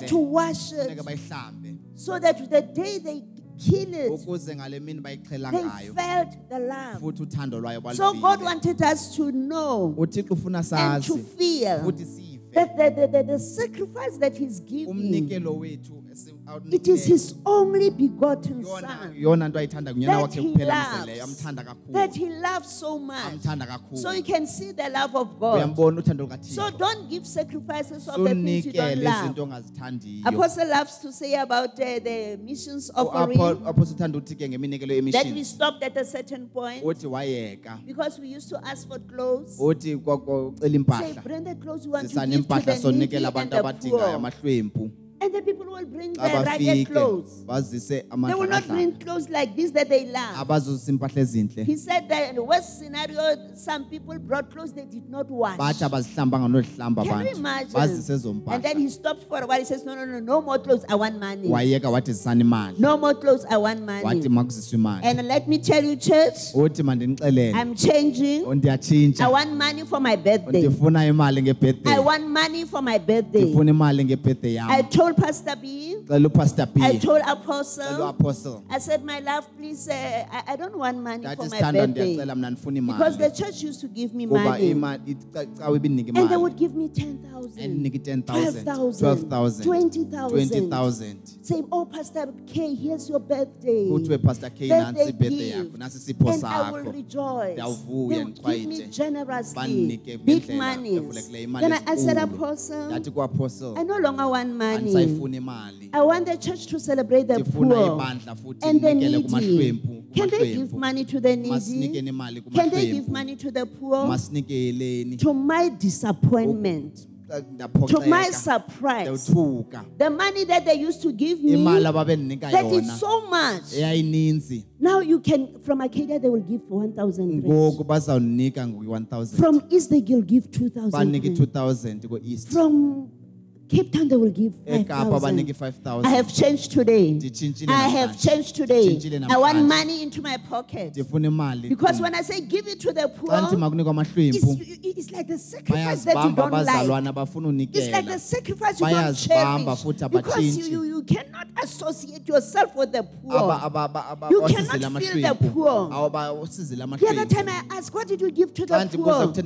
bayondle. to wash it funeka bayihlambe so that the day they kill it, ukuze ngale mini bayixhela they ngayo felt the love. futhi uthando lwayo So God baluvile wanted us to know uthixo ufuna and to sazi feel futhi siyive that the, the, the, the sacrifice that he's giving, umnikelo wethu esi- it is awunikileyo, his only begotten yona son yona nto ayithanda ngunyana That wakhe he kuphela loves. mzeleyo amthanda that kakhulu he loves so much. amthanda So you kakhulu can see the love of God. uyambona uthando So lukathixo don't give sacrifices of the things you don't sunikele love. izinto ongazithandiyo Apostle loves to say about uh, the missions Oh, offering apho sithanda uthi ke ngeminikelo that we yemission stopped at a certain point uthi wayeka because we used to ask for clothes. uthi kwakucela Say, impahla bring the clothes we want to sisane give to impahla the needy sonikela and abantu the abadingayo poor. amahlwempu And the people will bring their ragged abafike clothes. bazise They will not bring amadlakadlaka clothes like this that they love. abazozisa impahla ezintle He said that in the worst scenario, some people brought clothes they did not wash. bathi abazihlambanga nozihlamba Can you abantu bazise ezo imagine? And then mpahla he stopped for a while. He says, No, no, no, no more clothes. I want money. wayeka wathi zisane imali No more clothes. I want wathi money. makuziswe imali And let me tell you, church, uthi mandinixelele I'm changing. I ndiyatshintsha want money for my birthday. Oh, ndifuna imali I ngebirthday want money for my birthday. ndifuna imali ngebirthday I yam told Pastor B, cela upastor b I told cela Apostle, uapostle I said, My love, please, uh, I, I don't want money for ndathi my sithandwa birthday. ndiyacela mna ndifuna Because the imali church used to give me kuba money. imali ica- cawe ibindinika And they imali would give me 10,000, endinike i-10 12,000, 20,000. 20,000 Say, oh, Pastor K, here's your birthday. kuthiwe pastor k Birthday nantsi ibhethe gift. yakho nasi isipho and I will sakho rejoice. Ndiyawuvuya, They would give me ndiqwayite. generously, Bandinike big ngendlela money. evulekileyo, imali Then I, I said, ezinkulu. Apostle, ndathi kuapostle I no longer want money. andisayifuni imali I want the church to celebrate the ndifuna poor ibandla futhi and the ndinikele needy. kumahlwempu Can they give kumahlwempu money to the needy? masinikeni imali Can they give kumahlwempu money to the poor? masinikeleni To my disappointment, to my ndaphoxeka surprise, ndawuthuka the money that they used to give me imali ababendinika that is yona so much eyayininzi now you can from acadia they will give 1000 rand. ngoku bazawunika ngoku i-1000 from east they will give 2000 banike rand. i-2000 kwi-east from Cape Town, they will give ekapa 5,000. banike I 5000 have changed today. Nditshintshile I namhlanje. have changed today. Nditshintshile I want namhlanje. money into my pocket. ndifuna imali Because when I say give it to the xa ndithi poor, makunikwa it's, amahlwempu it's like the sacrifice that you bayazibamba don't like. abazalwana bafuna It's like the unikela sacrifice you don't Bayazibamba cherish. futhi Because you, abatshintshi. you, you cannot associate yourself with the Aba- poor. aba- aba- aba- You abasizile cannot feel the amahlwempu. poor. Abasizile The other amahlwempu. time I asked, what did you give to xa the ndibuza poor? kutheni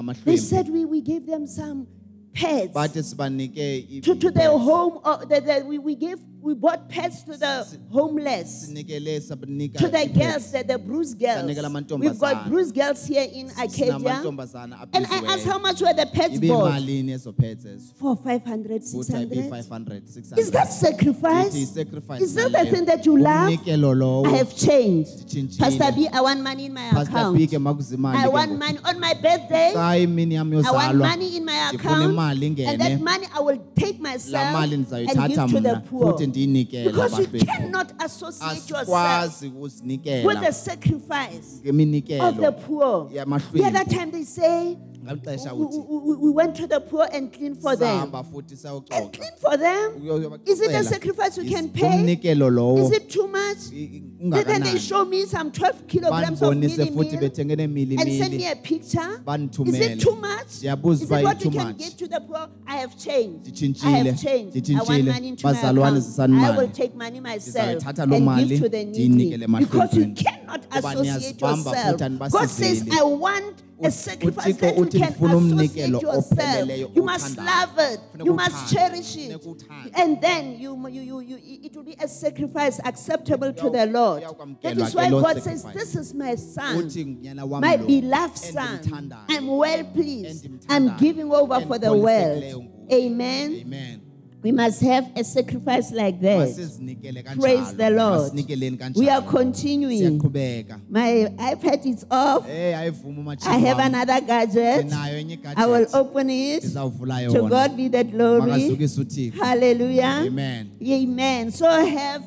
They amahlwempu said we, we gave them some pets. bathi sibanike i- To, to the i- home, uh, the, the, we, we gave, we bought pets to the homeless. sinikele sabanika To the i- girls, the, the Bruce Sanikela girls. amantombazana. We've got Bruce girls here in Acadia. sinamantombazana And I asked how abhiziweyo. much were the pets ibe bought? imalini ezo pets ezo For 500, futhi ayibe 600. 500 600 Is that Ithi sacrifice? i-sacrifice Is that the naleyo. thing that you love? Umnikelo lowo. I have changed. Nditshintshile. Pastor B, I want money in my Pastor B account. ke makuze imali I ke want ngoku. money on my birthday. Xa imini yam I want yozalwa money in my ndifuna account. imali And that ingene money I will take laa myself mali and give ndizayithatha to the mna poor. futhi ndiyinikele Because you abahlwempu cannot associate yourself asikwazi with the ukuzinikela sacrifice of the ngeminikelo poor. The yamahlwempu other time they say, ngalo xesha we, uthi we, we went to the poor and cleaned for them. sahamba futhi And sawuxoxa clean for them? Is it a sacrifice we can pay? umnikelo lowo Is it too much? i- i- Then, then they ungakanani show me some 12 kilograms of bandibonise futhi mini bethenge and send me neemilimili a picture. Is bandithumele it too much? Is it Ndiyabuza uba what you yi-too can much. give to the poor? I have changed. I Nditshintshile, have changed. I want nditshintshile. money into my Bazalwane account. zisani I will mali. take money myself Ndizayithatha loo and mali give to the ndiyinikele needy. Because you emahlweni. cannot Kuba associate niyazibamba yourself. futhi God says, anibasizeli. I want a Uthi- sacrifice uThixo that you uthi can ndifuna umnikelo associate yourself. opheleleyo, You must othandayo. love it. Funeka You must uthande, cherish it. funeka uthande. And then you, you, you, you, it will be a sacrifice acceptable to the Uya- Lord. uyakwamkelwa That is ke why loo God says, sacrifice. This is my son uthi ngunyana wam my lo, beloved son, endimthandayo, I'm well pleased. I'm endimthandayo, giving over for the endikolisekileyo world. nguye. Amen. Amen. We must have a sacrifice like that. Masizinikele Praise kanjalo, the Lord. masinikeleni kanjalo. We are continuing. Siyaqhubeka. My iPad is off. Eh, ayivumi umatshini I have wam. another gadget. Ndinayo enye I will gadget. open it. Ndizawuvula To yona. God be the glory. Makazukise uThixo. Hallelujah. Amen. Amen. So have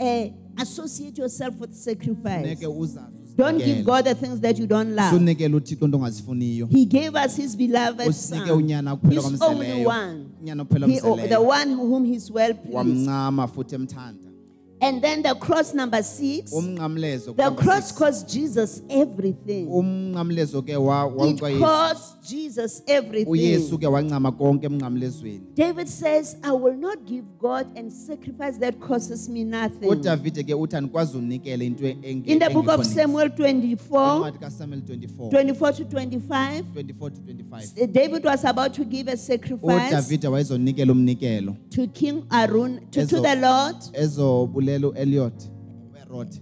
uh, associate yourself with sacrifice. Funeke uzazi Don't uzinikele. give God the things that you don't love. Sunikele uThixo into ongazifuniyo. He gave us his beloved son, Usinike unyana kuphela his only kwamzeleyo. one, Unyana kuphela He- oh, the kwamzeleyo. one whom he's well pleased. Wamncama futhi emthanda. And then the cross number six, Umnqamlezo. the kwamba cross sisi. cost Jesus Oh, everything. umnqamlezo ke wa- It wawuxwa cost Jesus Oh, Yesu. uyesu everything. ke wancama konke emnqamlezweni David says, I will not give God and sacrifice that costs me nothing. udavide ke uthi andikwazi unikele into e-, enge- Hmm. In the book of engekhonisi." Samuel 24, Incwadi kasamuel 24 24 to 25, 24 to 25 David was about to give Oh, a sacrifice udavide wayezonikela umnikelo to King Arun, to, to Ezo- the Lord. ezobulela ueliot werot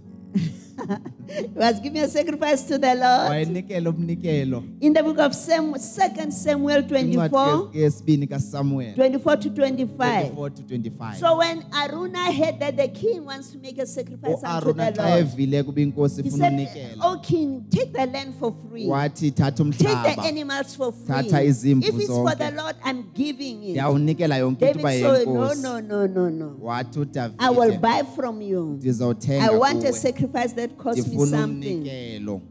He was giving a sacrifice to the Lord. wayenikela umnikelo In the book of Samuel, 2 Samuel incwadi 24, ke- yesibini kasamuel 24 to 25. 24 to 25 So when Aruna heard that the king wants to make a sacrifice unto uarona the xa Lord, evile kuba inkosi he ifuna said, "Oh, unikela O king, take the land for free. wathi thatha Take the umhlaba animals for free. Thatha izimvu If it's for zonke. the Lord, I'm giving it. ndiyawunikela yonke into David uba said, No, yenkosi no, no, no, no. wathi I will udavide buy from you. ndizawuthenga I want a kuwe. sacrifice that costs me ndifuna something. umnikelo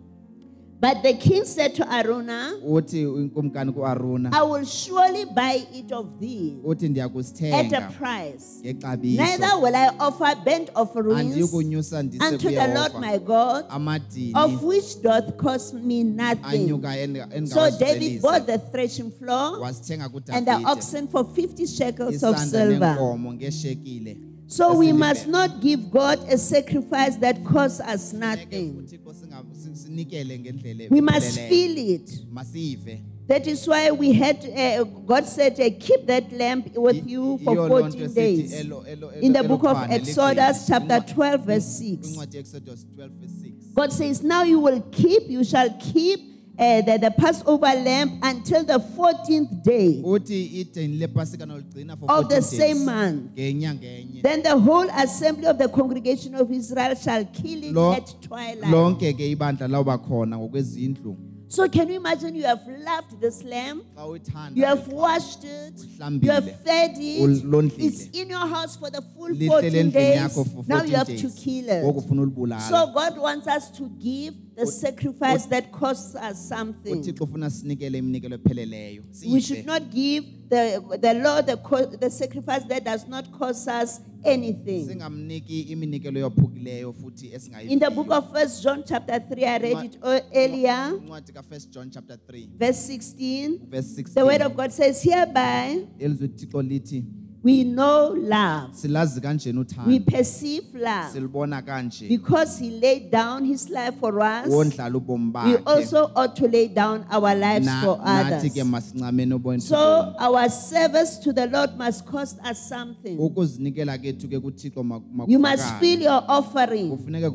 But the king said to Aruna, uthi inkumkani kuaruna I will surely buy it of thee uthi at a ndiyakusithenga price. Neither ngexabiso will I offer burnt offerings andiyikunyusa ndise unto the Lord my kuyeova God, of amadini which doth cost me nothing. anyuka enga- So David bought engawazwelisa the threshing floor wazithenga and the kudavide oxen for 50 shekels of isanda silver. nenkomo ngeshekile So we esilibele. must not give God a sacrifice that costs us Funeke nothing. futhi Xhosa singa- si- sinikele ngendlela We must epheleleyo. feel it. masiyive That is why we had, uh, God said, uh, keep that lamp with you for Yiyo loo nto 14 esithi days. elo- elo- In the elo- book of elophane ligcine. Exodus, chapter Incwadi- 12, verse 6. incwadi Exodus 12 verse 6 God says, Now you will keep, you shall keep uh, the, the Passover lamb until the 14th day. uthi ideni lepasika noligcina for Of the 14 Oh, days. same month. ngenye ngenye Then the whole assembly of the congregation of Israel shall kill it Lo- at twilight. lonke ke ibandla lawuba khona ngokwezindlu So, can you imagine you have loved this lamb? xa uyithanda You have washed it. You have Uhlambile. fed it. Ulondlile. It's in your house for the full lihlele 14 endlini yakho days. for 14 Now you have days to kill ngoku it. ufuna ulibulala So, God wants us to give the Ut- sacrifice that costs us something. uthixo ufuna sinikele iminikelo epheleleyo We siyive. should not give the, the Lord the, co- the sacrifice that does not cost us anything. singamniki iminikelo yophukileyo futhi In the book of First John chapter 3, I read it ear- earlier, encwadi ka-1 john chapter 3 verse 16. verse The word 16 of God says, Hereby elizwe thixo lithi we know love, silazi kanjena we uthando perceive love, silubona kanje because he laid down his life for us. wondlala ubomi We bakhe also ought to lay down our lives Na- for nathi others. ke masincameni ubomi So our service to the Lord must cost us something. ukuzinikela kethu ke kuthixo You must feel your offering. kufuneka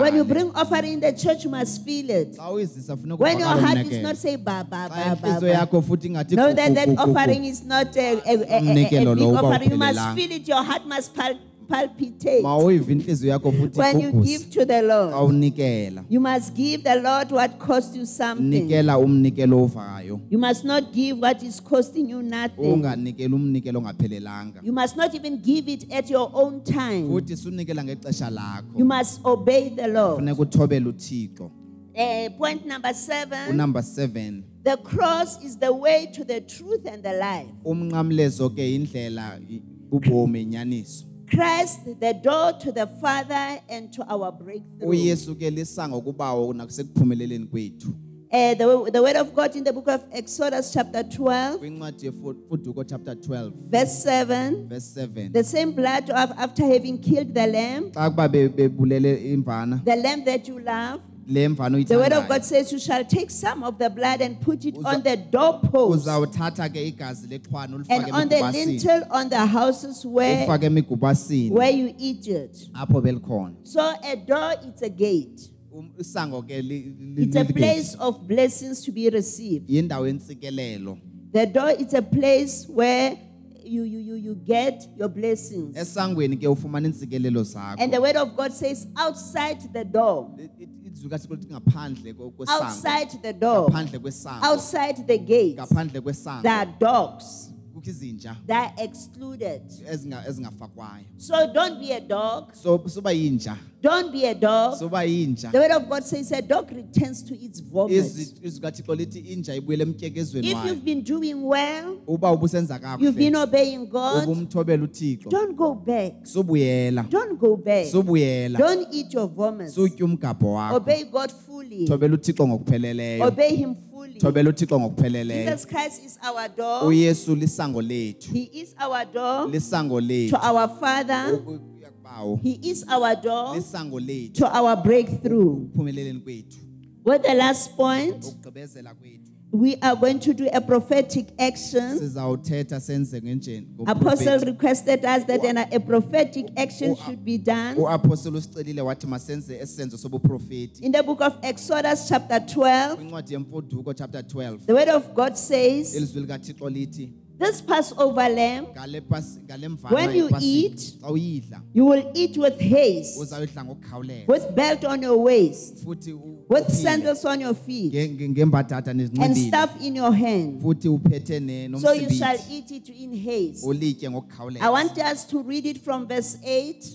When you kuvakale bring offering, the church must feel it. xa uyizisa funeka When your heart is uvakaleunikelo. not say ba ba Xa ba ba. inhliziyo ba. yakho futhi ingathi Know that that gu- gu- gu- gu- offering is not a, a, a, a, a Umnikelo big lo uba offering. You uphelelanga. must feel it. Your heart must pal- palpitate mawuyiva inhliziyo yakho futhi when you iguguse give to the xa Lord. unikela You must give the Lord what costs you something. nikela umnikelo ovayo You must not give what is costing you nothing. unganikeli umnikelo ongaphelelanga You must not even give it at your own time. futhi sunikela ngexesha You lakho must obey the Lord. funeka uthobele uthixo Eh, point number seven unumber seven the cross is the way to the truth and the life. umnqamlezo ke yindlela i- ubomi inyaniso Christ, the door to the Father and to our breakthrough. uyesu ke lisango kubawo nakusekuphumeleleni kwethu Eh, the, the word of God in the book of Exodus, chapter 12, kwincwadi yefuduko chapter 12 verse 7. verse 7 The same blood of after having killed the lamb, xa kuba be- bebulele imvana the lamb that you love. le mvana The word of uyithandayo God says, You shall take some of the blood and put it Uza- on the doorpost uzawuthatha ke igazi lexhwana and on the ulifake lintel on the houses where, ufake emigubasini where you eat it. apho belikhona So a door is a gate. Um- isango ke li- li- It's a li- place of blessings to be received. yindawo yentsikelelo The door is a place where you, you, you, you get your blessings. esangweni ke ufumana iintsikelelo And the zakho word of God says, outside the door, I- i- izwi kathixo ngaphandle ko- kwesango outside the door, ngaphandle kwesango outside the gate, ngaphandle kwesango there are dogs. kukho izinja They are excluded. ezinga- ezingafakwayo So don't be a dog. so suba yinja Don't be a dog. suba yinja The word of God says a dog returns to its vomit. Izwi- izwi kathixo lithi inja ibuyele emtyekezweni If wayo you've been doing well, uba ubusenza you've been kakuhle obeying God, ubumthobela uthixo don't go back. subuyela Don't go back. subuyela Don't eat your vomit. sutya umgabo wakho Obey God fully. thobela uthixo ngokupheleleyo Obey Him fully. thobela uthixo ngokupheleleyo Jesus Christ is our Oh, door. uyesu lisango lethu "Oh, He is our door lisango to lethu our Father. U- u- uyakubawo. He is our door lisango lethu to our breakthrough. ukuphumeleleni kwethu With the last Oh, point, ukugqibezela kwethu we are going to do a prophetic action. sizawuthetha senze ngenjeni Apostle requested us that an, a prophetic action should be oh, done. uapostoli usicelile wathi masenze esenzo sobuprofeti In the book of Exodus, chapter 12, kwincwadi yemfuduko chapter 12 the word of God says, elizwi likathixo lithi This Passover lamb ngale pasi- ngale When mvana you yepasika, eat- xa uyidla You will eat with haste, uzawudla ngokukhawuleza with belt on your waist, futhi u- with uphile. sandals on your feet, Nge- nge- ngembatata and nezinxibile staff in your hand. futhi uphethe ne- So you shall nomsibiti eat it in haste. ulitye I ngokukhawuleza want us to read it from verse 8,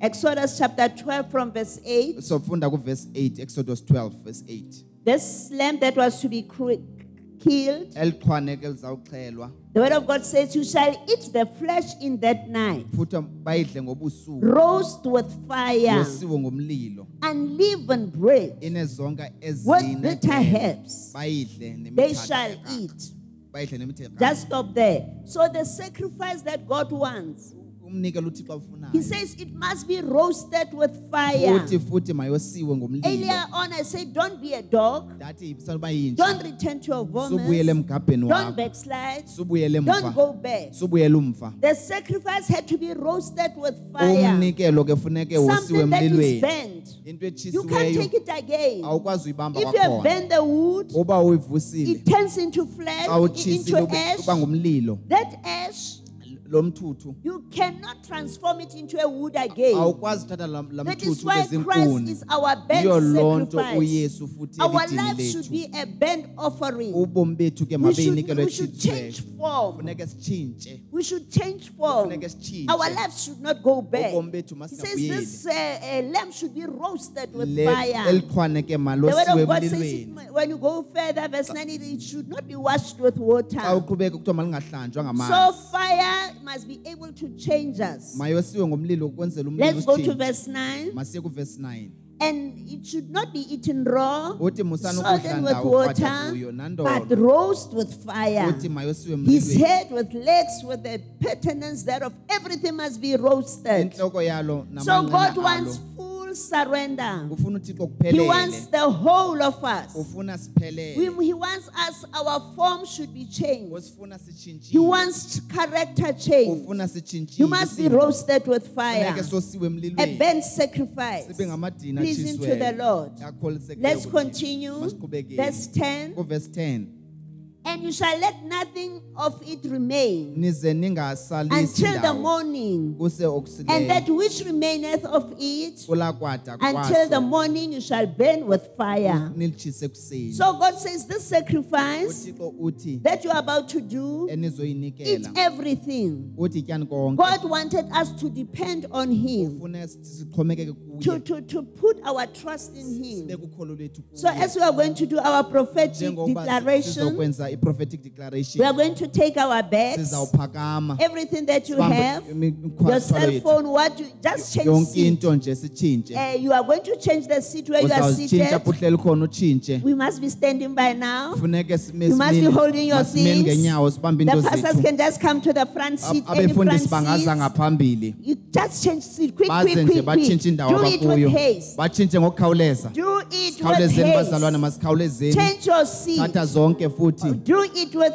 Exodus chapter 12, from verse 8. sofunda kuverse 8 exodus 12 verse 8 This lamb that was to be cr- killed, elichwane ke lizawuxhelwa the word of God says, You shall eat the flesh in that night, futhi bayidle ngobusuku roast with fire, yosiwe ngomlilo unleavened bread, inezonka with ezine bitter herbs. bayidle They nemithaka shall yekaka. eat. bayidle nemitheka Just stop there. So the sacrifice that God wants, umnikelo uthixo He awufunayo says it must be roasted with fire. futhi futhi mayosiwe ngomlilo Earlier on, I said, don't be a dog. ndathi sanuba yinja Don't return to your subuyele vomit. emgabheni Don't wakho backslide. subuyele Don't mva go back. subuyele umva The sacrifice had to be roasted with fire. umnikelo ke funeke wosiwe Something that is emlilweni bent. into You can't etshisiweyo take it again. awukwazi uyibamba If you have kwakhona bent the wood, uba uyivusile it turns into xa flame, utshisile into ube- ash. uba ngumlilo That ash lo mthuthu You cannot transform it into a wood again. awukwazi uthatha la la That is mthuthu why Christ wezinkuni is our best yiyo loo nto sacrifice. uyesu futhi Our elitini lives should lethu be a burnt offering. ubomi bethu ke We should, mabeyinikelwe we should change etshitshileko form. funeka sitshintshe We should change form. Kufuneka sitshintshe. Our lives should not go back. Ubomi bethu He says this uh, uh, lamb should be roasted with Le- fire. eliqhwane ke The word malosiwe of God says it, emlilweni when you go further, verse 9, it- it should not be washed with xa water. uqhubeka kuthiwa malingahlanjwa So ngamanzi fire must be able to change us. mayosiwe ngomlilo ukwenzela umlilo Let's go to usitshintshe verse 9. masiye ku-verse 9 And it should not be eaten raw, uthi musana ukudla sodden with ndawo kwatha water, kuyo but nandolo roast with fire. uthi mayosiwe His emlilweni head with legs, with the pertinence thereof, everything must be roasted. intloko yalo So God namanqina alo wants full surrender. ufuna uthixo He kuphelele wants the whole of us. ufuna We- siphelele he wants us, our form should be changed. usifuna He sitshintshiwe wants character change. ufuna You must be sitshintshiwe roasted with fire, funeke sosiwe a emlilweni burnt sacrifice, sibe ngamadina pleasing to the Lord. Let's continue. Verse 10. kuverse 10 And you shall let nothing of it remain nize ningasalisi until the ndawo morning, kuse and that okusileyo which remaineth of it kulakwada until the kwaso morning you shall burn with fire. nilitshise ekuseni So God says, This sacrifice uthixo uthi that you're about to do, eat enizoyinikela everything. uthi tyani konke God wanted us to depend on Him, ufuna si- sixhomekeke to, kuye to, to put our trust in sibe Him. kukholo lwethu kuye. So, as we are going to do our prophetic njengoba si- declaration, sizokwenza i-prophetic we are declaration going to take our bags, sizawuphakama everything that you sibambe have, imithwalo your cell yethu. phone, what you just change yonke seat. into nje sitshintshe Uh, you are going to change the seat where you are uzawutshintsha seated. apho uhleli khona utshintshe We must be standing by now. funeke sime- You must be simile- holding your masimile things. ngeenyawo sibambe The into pastors zethu can just come to the front seat, Ab- any front abefundisi bangaza seat. ngaphambili You just change seat, quick, quick, baze quick, nje quick. batshintshe indawo Do it with abakuyo haste. batshintshe ngokukhawuleza Do it with khawulezeni haste. bazalwana masikhawulezeni Change your seat. thatha zonke futhi Do it with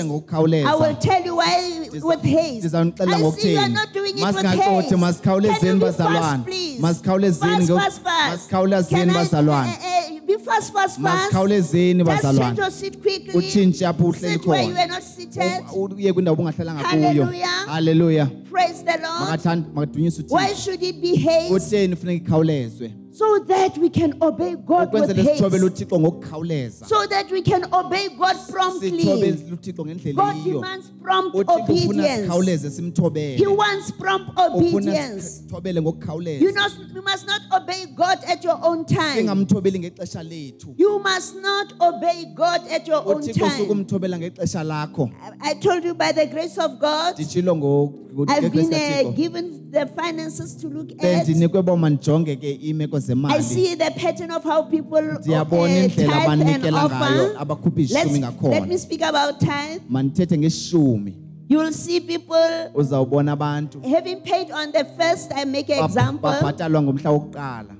haste. I will ngokukhawuleza tell you why Ndiza- with haste. ndizawunixelela I see you are ngokutheni not doing it with haste. masingaxothi Can masikhawulezeni you be fast, bazalwana please? masikhawulezeni Fast, ngo- fast, fast. Can masikhawulezeni I- bazalwana eh, eh, Be fast, fast, fast. masikhawulezeni Just change bazalwana your seat quickly. utshintshe apho uhleli Sit where you khona Oh, are not seated. uye kwindawo obungahlalanga kuyo Hallelujah. halleluya Praise the Lord. Makathand- makadunyiswe Why uthixo should it be haste? utheni funeka ikhawulezwe So that we can obey God with ukwenzela haste. sithobele uthixo ngokukhawuleza So that we can obey God promptly. sithobele uthixo ngendlela God yiyo demands prompt uthixo ufuna obedience. sikhawuleze He simthobele wants prompt ufuna obedience. sithobele You, ngokukhawuleza not, you must not obey God at your own time. singamthobeli ngexesha lethu You must not obey God at your own uthixo time. sukumthobela ngexesha lakho I, I told you by the grace of God, nditshilo I've been uh, ngokuthixo given the finances to look at. bendinikwe uba mandijonge ke imeko I zemali see the pattern of how people uh, ndiyabona indlela tithe and abanikela ngayo offer. abakhupha Let's, ishumi let me ngakhona speak about tithe. mandithethe ngeshumi You will see people uzawubona abantu having paid on the first. I make an ba- example. babhatalwa ngomhla wokuqala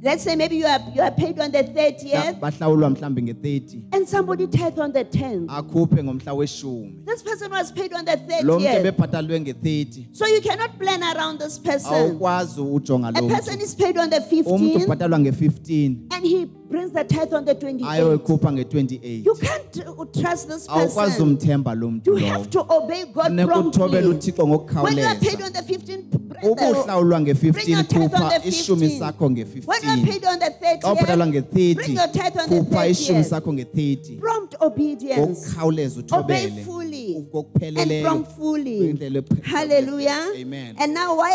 Let's say maybe you are you are paid on the Mhla- thirtieth, bahlawulwa mhlawumbi nge-30 and somebody tithe on the Ah. tenth. akhuphe ngomhla weshumi This person was paid on the lo mntu thirtieth. ebebhatalwe nge-30 So you cannot plan around this person. awukwazi ujonga A lo mntu. person is paid on the umntu fifteenth, ubhatalwa nge-15 and he brings the tithe on the twenty-eighth. ayoyikhupha You nge-28 can't uh, trust this awukwazi person. umthemba lo mntu You lowo have to obey God funeka uthobele promptly. uthixo When you are paid ngokukhawuleza on the 15th, brother, uba uhlawulwa bring your nge-15 tithe on khupha the ishumi 15th. sakho When you are nge-15 paid on the xa ubhatalwa 30th, bring your nge-30 tithe on the khupha ishumi 30th. sakho nge-30 prompt obedience. ngokukhawuleza Obey uthobele fully and ngokupheleleyo promptfully. Kwindlela ephe- Hallelujah. Amen. And now, why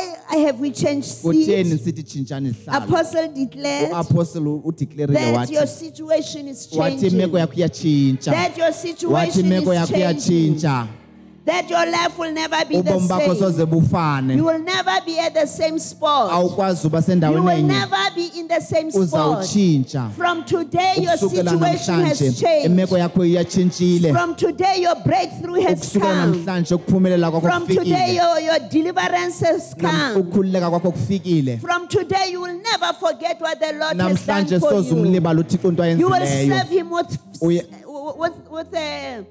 have we changed kutheni seats? sithi tshintshani hlalo Apostle declared uapostoli udeclarile that wathi your situation is wathi changing. imeko yakho iyatshintsha That your wathi situation imeko is yakho changing. iyatshintsha That your life will never be the ubomi bakho same. soze bufane You will never be at the same spot. awukwazi uba You sendaweni will enye never be in the same spot. uzawutshintsha From today, your ukusukela situation has namhlanje imeko changed. yakho iyatshintshile From today, your breakthrough has ukusukela come. namhlanje ukuphumelela kwakho From today, kufikile your, your deliverance has Nam- come. ukukhululeka kwakho kufikile From today, you will never forget what the Lord has done namhlanje for soze you. umlibala uthixo into You will ayenzileyo serve Him with, Uye- with, with uh,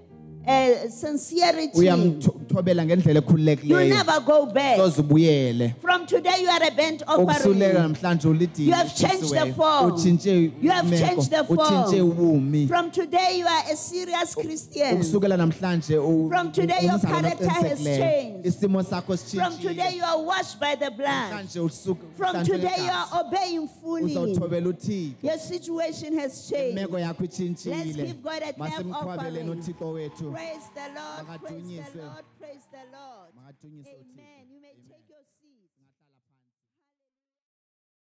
uh, sincerity. uyamthobela ngendlela You ekhululekileyo never go back. soze ubuyele From today, you are a bent ukusulela offering. namhlanje ulidini You have changed the form. utshintshe You have imeko, changed the form. utshintshe ubumi From today, you are a serious Christian. ukusukela namhlanje u- From today, your ungumzalwane character has oqinisekileyo. changed. isimo sakho From today, sitshintshile you are washed by the blood. namhlanje usuku- From uhlanjwe today, you ligazi. are obeying fully. uzawuthobela uthixo Your situation has changed. imeko yakho Let's itshintshile give God a clap masimqhwabele offering. nothixo wethu Praise the Lord. Praise Makadunyiswe. the Lord. Praise the Lord. Makadunyiswe uThixo. Amen. You may take your seat.